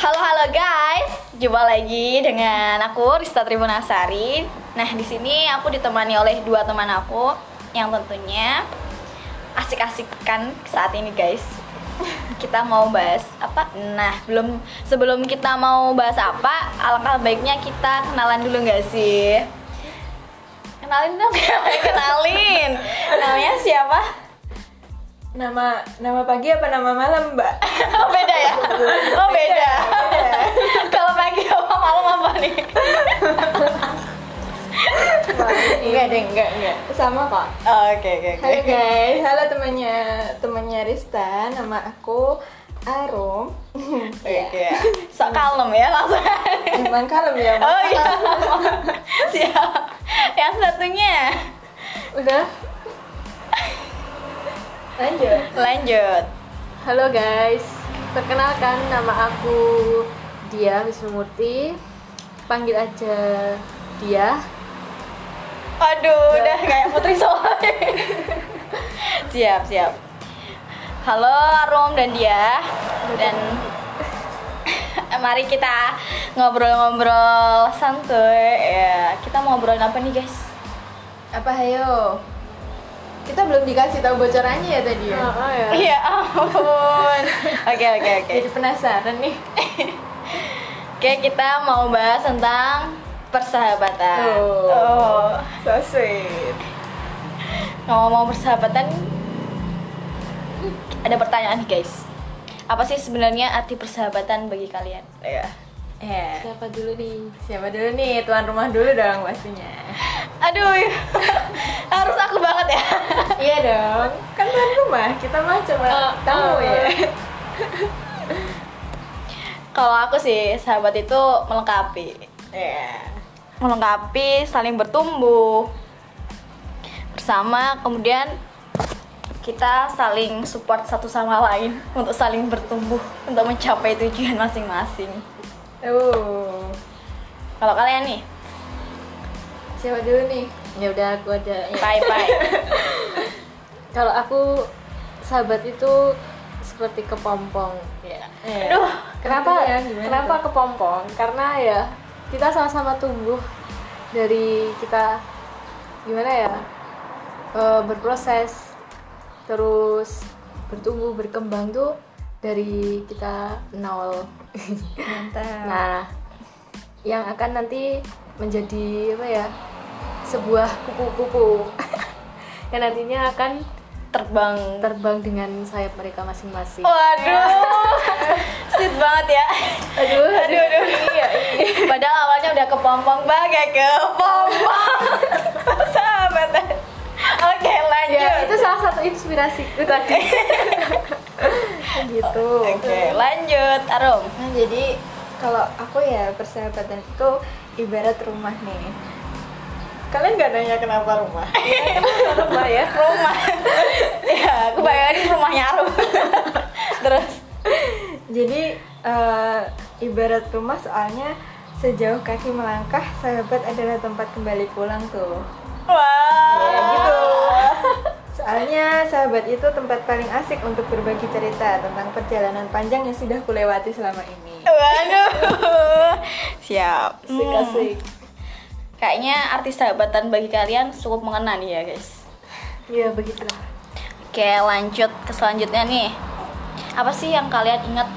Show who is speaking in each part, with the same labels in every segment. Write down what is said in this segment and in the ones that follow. Speaker 1: Halo halo guys, jumpa lagi dengan aku Rista Tribunasari. Nah di sini aku ditemani oleh dua teman aku yang tentunya asik-asikan saat ini guys. Kita mau bahas apa? Nah belum sebelum kita mau bahas apa, alangkah baiknya kita kenalan dulu nggak sih? Kenalin dong, kenalin. Namanya siapa?
Speaker 2: Nama nama pagi apa nama malam, Mbak?
Speaker 1: Oh beda ya? Oh beda. Kalau pagi apa malam apa nih?
Speaker 2: enggak deh, enggak, enggak. Sama kok.
Speaker 1: Oh, Oke oke
Speaker 3: Iya.
Speaker 1: oke.
Speaker 2: Halo guys, halo temannya temannya Rista, nama aku Arum.
Speaker 1: Oke. ya. Sok kalem ya langsung.
Speaker 2: Emang kalem ya, Mbak?
Speaker 1: Oh iya. Siap. Yang satunya.
Speaker 2: Udah. Lanjut.
Speaker 1: Lanjut.
Speaker 3: Halo guys, perkenalkan nama aku Dia Wisnumurti. Panggil aja Dia.
Speaker 1: Aduh, udah kayak putri soleh. siap, siap. Halo Arum dan dia dan mari kita ngobrol-ngobrol santuy. Ya, kita mau ngobrolin apa nih, guys?
Speaker 2: Apa hayo? Kita belum dikasih tahu bocorannya ya tadi ya.
Speaker 3: ya.
Speaker 1: Iya, ampun. Oke, oke, oke.
Speaker 2: Jadi penasaran nih.
Speaker 1: Oke, kita mau bahas tentang persahabatan. Oh.
Speaker 2: so sweet.
Speaker 1: Ngomong-ngomong persahabatan, ada pertanyaan nih, guys. Apa sih sebenarnya arti persahabatan bagi kalian? Ya.
Speaker 2: Eh,
Speaker 3: Siapa dulu nih?
Speaker 2: siapa dulu nih? Tuan rumah dulu dong pastinya.
Speaker 1: Aduh, harus aku banget ya.
Speaker 2: Iya dong, kan tuan rumah kita mah cuma
Speaker 3: Eh,
Speaker 2: tamu
Speaker 3: eh.
Speaker 2: ya.
Speaker 1: Kalau aku sih, sahabat itu melengkapi.
Speaker 2: Iya.
Speaker 1: Melengkapi, saling bertumbuh. Bersama, kemudian kita saling support satu sama lain untuk saling bertumbuh, untuk mencapai tujuan masing-masing.
Speaker 2: Oh,
Speaker 1: Kalau kalian nih,
Speaker 2: siapa dulu nih?
Speaker 3: Ya udah aku ada. Ya.
Speaker 1: bye-bye.
Speaker 3: Kalau aku sahabat itu seperti kepompong. Ya.
Speaker 2: Eh,
Speaker 1: Aduh,
Speaker 3: Kenapa? ya?
Speaker 2: Iya, gimana
Speaker 3: kenapa
Speaker 2: tuh?
Speaker 3: kepompong? Karena ya kita sama-sama tumbuh dari kita gimana ya e, berproses terus bertumbuh berkembang tuh dari kita nol.
Speaker 2: Mantap.
Speaker 3: Nah, yang akan nanti menjadi apa ya sebuah kupu-kupu yang nantinya akan
Speaker 1: Terbang.
Speaker 3: terbang dengan sayap mereka masing-masing.
Speaker 1: Oh, Waduh, sweet banget ya.
Speaker 3: Aduh,
Speaker 1: Aduh, aduh.
Speaker 3: Iya,
Speaker 1: Padahal awalnya udah kepompong banget, kepompong. Persahabatan. Oke, lanjut.
Speaker 3: Ya, itu salah satu inspirasiku tadi. gitu.
Speaker 1: Oke, lanjut. Arum.
Speaker 2: Nah, jadi kalau aku ya persahabatan itu ibarat rumah nih. Kalian gak nanya kenapa rumah?
Speaker 3: Apa ya?
Speaker 1: Rumah. ya, aku bayangin rumahnya Arum. Terus
Speaker 2: jadi eh, ibarat rumah soalnya sejauh kaki melangkah sahabat adalah tempat kembali pulang tuh.
Speaker 1: Wow.
Speaker 2: Ya, gitu. Soalnya sahabat itu tempat paling asik untuk berbagi cerita tentang perjalanan panjang yang sudah kulewati selama ini.
Speaker 1: Waduh. Siap. Hmm.
Speaker 2: Asik-asik.
Speaker 1: Kayaknya arti sahabatan bagi kalian cukup mengena nih ya, guys.
Speaker 3: Ya, begitulah.
Speaker 1: Oke, lanjut ke selanjutnya nih. Apa sih yang kalian ingat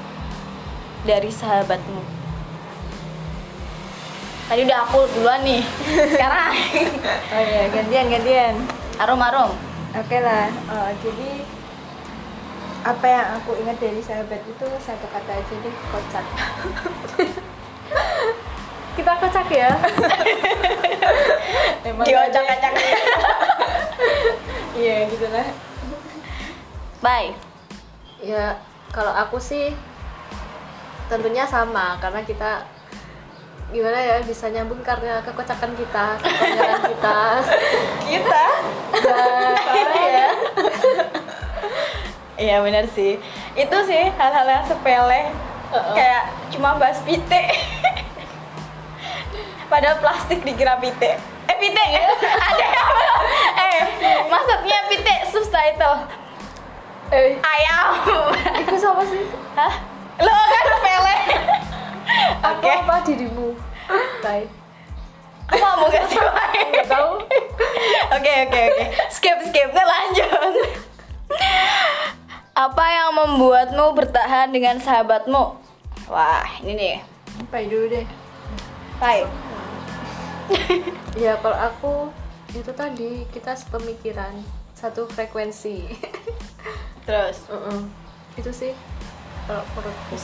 Speaker 1: dari sahabatmu? Tadi udah aku duluan nih. Sekarang
Speaker 2: Oh iya, gantian gantian.
Speaker 1: Arum Arum.
Speaker 2: Oke lah. eh, jadi apa yang aku ingat dari sahabat itu satu kata aja deh kocak.
Speaker 3: Kita kocak ya.
Speaker 2: Emang ada-
Speaker 1: Diocak-ocak.
Speaker 2: Iya gitulah.
Speaker 1: Bye.
Speaker 3: ya, kalau aku sih tentunya sama karena kita gimana ya bisa nyambung karena kekocakan kita, kekonyolan kita.
Speaker 2: Kita
Speaker 3: Dan
Speaker 2: ya.
Speaker 1: Iya benar sih. Itu sih hal-hal yang sepele. Kayak cuma bahas pite. Padahal plastik dikira pite. Eh pite ya? Ada yang belum? Eh maksudnya pite subtitle
Speaker 3: eh,
Speaker 1: ayam.
Speaker 3: itu siapa sih?
Speaker 1: Hah? Lo kan sepele.
Speaker 3: Aku
Speaker 1: Oke.
Speaker 3: apa dirimu? Bye.
Speaker 1: Apa mau kasih main?
Speaker 3: Gak tahu.
Speaker 1: Oke oke oke. Skip skip Nah, lanjut. Apa yang membuatmu bertahan dengan sahabatmu? Wah, ini nih.
Speaker 2: Pai dulu deh.
Speaker 1: Baik.
Speaker 3: Ya kalau aku itu tadi kita sepemikiran, satu frekuensi.
Speaker 1: Terus,
Speaker 3: Mm-mm. Itu sih kalau menurutku.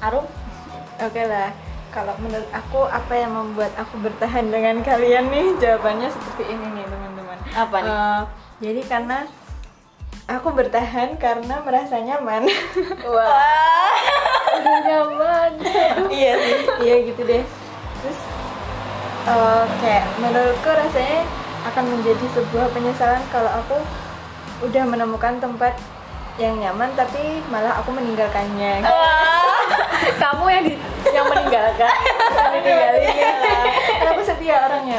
Speaker 1: Arum?
Speaker 2: Oke lah. Kalau menurut aku apa yang membuat aku bertahan dengan kalian nih? Jawabannya seperti ini nih teman-teman.
Speaker 1: Apa nih?
Speaker 2: Eh, jadi karena aku bertahan karena merasa nyaman.
Speaker 3: Wah,
Speaker 1: Wah.
Speaker 3: udah nyaman.
Speaker 2: iya sih. Iya gitu deh. Terus eh, kayak menurutku rasanya akan menjadi sebuah penyesalan kalau aku udah menemukan tempat yang nyaman tapi malah aku meninggalkannya.
Speaker 1: Wah.
Speaker 3: Kamu yang di, yang meninggalkan. Yang ditinggalin.
Speaker 2: Karena aku setia orangnya.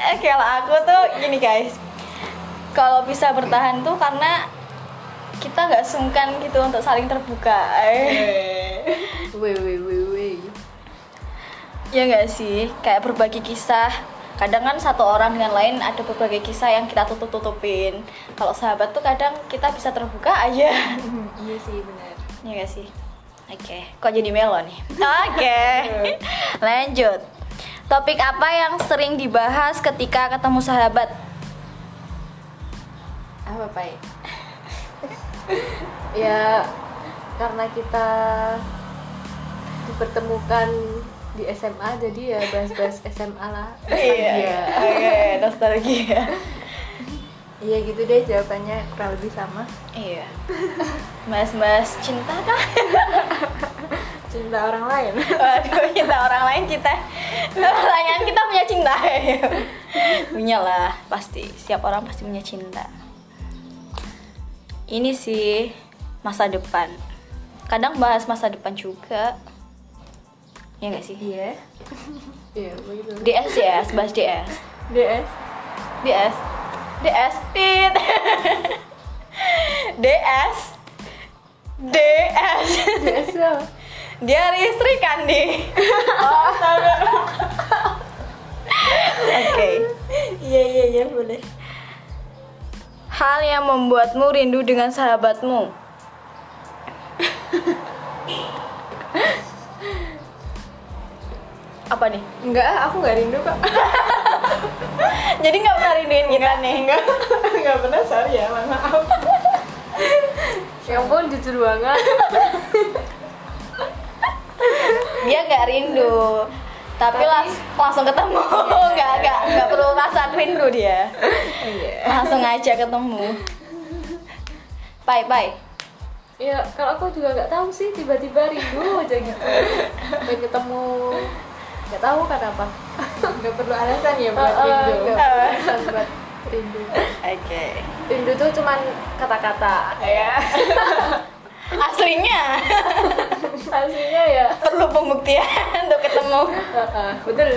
Speaker 1: Eh, kalau aku tuh gini guys kalau bisa bertahan tuh karena kita nggak sungkan gitu untuk saling terbuka eh.
Speaker 3: Weh, weh, weh, weh.
Speaker 1: ya nggak sih kayak berbagi kisah kadang kan satu orang dengan lain ada berbagai kisah yang kita tutup tutupin kalau sahabat tuh kadang kita bisa terbuka aja
Speaker 2: Hmm, iya sih benar.
Speaker 1: ya nggak sih oke kok jadi melo nih oke lanjut topik apa yang sering dibahas ketika ketemu sahabat
Speaker 2: Apa baik?
Speaker 3: Ya karena kita dipertemukan di SMA jadi ya bahas-bahas SMA lah.
Speaker 1: Iya. Oke, nostalgia.
Speaker 2: Iya gitu deh jawabannya kurang lebih sama.
Speaker 1: Iya. Mas-mas cinta kah?
Speaker 2: Cinta orang lain.
Speaker 1: Waduh, cinta orang lain kita. Pertanyaan kita punya cinta. punya lah, pasti. Setiap orang pasti punya cinta. Ini sih masa depan. Kadang bahas masa depan juga. Ya nggak sih?
Speaker 2: Iya.
Speaker 3: Iya, begitu.
Speaker 1: DS ya, bahas DS.
Speaker 2: DS.
Speaker 1: DS DS Tit DS DS
Speaker 3: DS ya.
Speaker 1: Dia listrik kan di Oh sabar Oke
Speaker 2: Iya iya iya boleh.
Speaker 1: Hal yang membuatmu rindu dengan sahabatmu Apa nih?
Speaker 2: Enggak, ah, aku nggak rindu kok.
Speaker 1: Jadi nggak pernah rinduin kita nih
Speaker 2: Enggak, enggak benar sorry ya, mohon maaf.
Speaker 3: Ya ampun jujur banget.
Speaker 1: dia nggak rindu tapi, Iya, langs- langsung ketemu nggak nggak nggak perlu perasaan rindu dia
Speaker 2: Iya.
Speaker 1: langsung aja ketemu bye bye
Speaker 3: Ya kalau aku juga nggak tahu sih tiba-tiba rindu aja gitu. Pengen ketemu nggak tahu kenapa.
Speaker 2: Enggak perlu alasan ya buat
Speaker 3: Eh, eh,
Speaker 2: rindu.
Speaker 3: nggak bisa buat rindu.
Speaker 1: oke
Speaker 3: Rindu tuh cuman kata-kata.
Speaker 2: Ya.
Speaker 1: aslinya
Speaker 3: Aslinya ya.
Speaker 1: perlu pembuktian untuk ketemu
Speaker 3: eh, eh, Betul.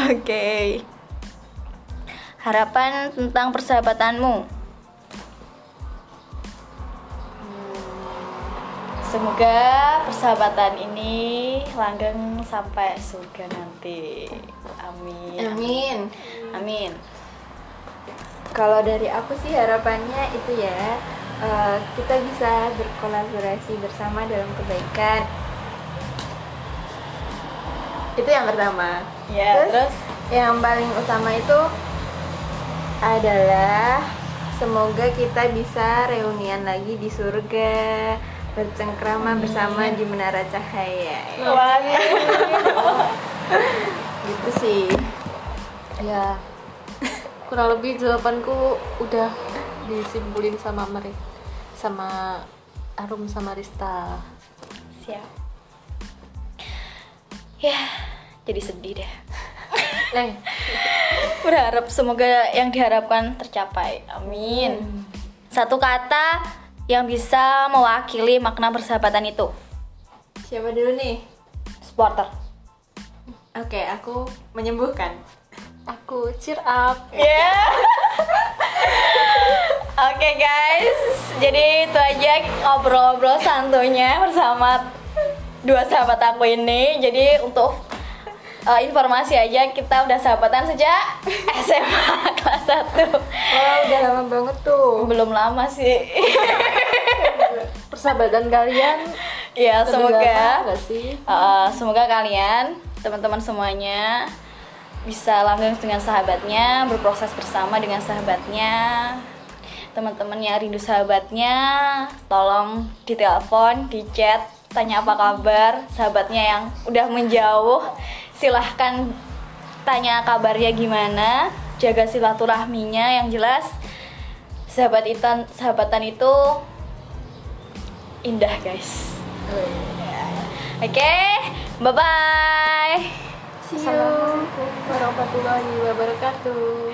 Speaker 1: oke harapan tentang persahabatanmu Semoga persahabatan ini langgeng sampai surga nanti. Amin.
Speaker 2: Amin.
Speaker 1: Amin.
Speaker 2: Kalau dari aku sih harapannya itu ya eh, kita bisa berkolaborasi bersama dalam kebaikan. Itu yang pertama.
Speaker 1: Ya, terus,
Speaker 2: yang paling utama itu adalah semoga kita bisa reunian lagi di surga bercengkrama bersama di menara cahaya. Gitu sih.
Speaker 3: Ya kurang lebih jawabanku udah disimpulin sama mereka sama Arum sama Rista.
Speaker 1: siap. Ya, jadi sedih deh.
Speaker 3: Eh,
Speaker 1: Berharap semoga yang diharapkan tercapai. Amin. Satu kata yang bisa mewakili makna persahabatan itu.
Speaker 2: Siapa dulu nih?
Speaker 1: Supporter.
Speaker 2: Oke, aku menyembuhkan.
Speaker 3: aku cheer up.
Speaker 1: Ya. Oke, Oke guys, jadi itu aja ngobrol-ngobrol santunya bersama dua sahabat aku ini. Jadi untuk uh, informasi aja kita udah sahabatan sejak SMA kelas 1.
Speaker 2: Wah udah lama banget tuh.
Speaker 1: Belum lama sih.
Speaker 3: Persahabatan kalian
Speaker 1: ya,
Speaker 3: lebih lama
Speaker 1: semoga
Speaker 3: nggak sih?
Speaker 1: uh, semoga kalian teman-teman semuanya bisa langgeng dengan sahabatnya, berproses bersama dengan sahabatnya. Teman-teman yang rindu sahabatnya, tolong ditelepon, di chat, tanya apa kabar sahabatnya yang udah menjauh. Silahkan tanya kabarnya gimana, jaga silaturahminya yang jelas. Sahabat itan, sahabatan itu indah, guys. Oke, bye bye.
Speaker 3: Assalamualaikum warahmatullahi wabarakatuh.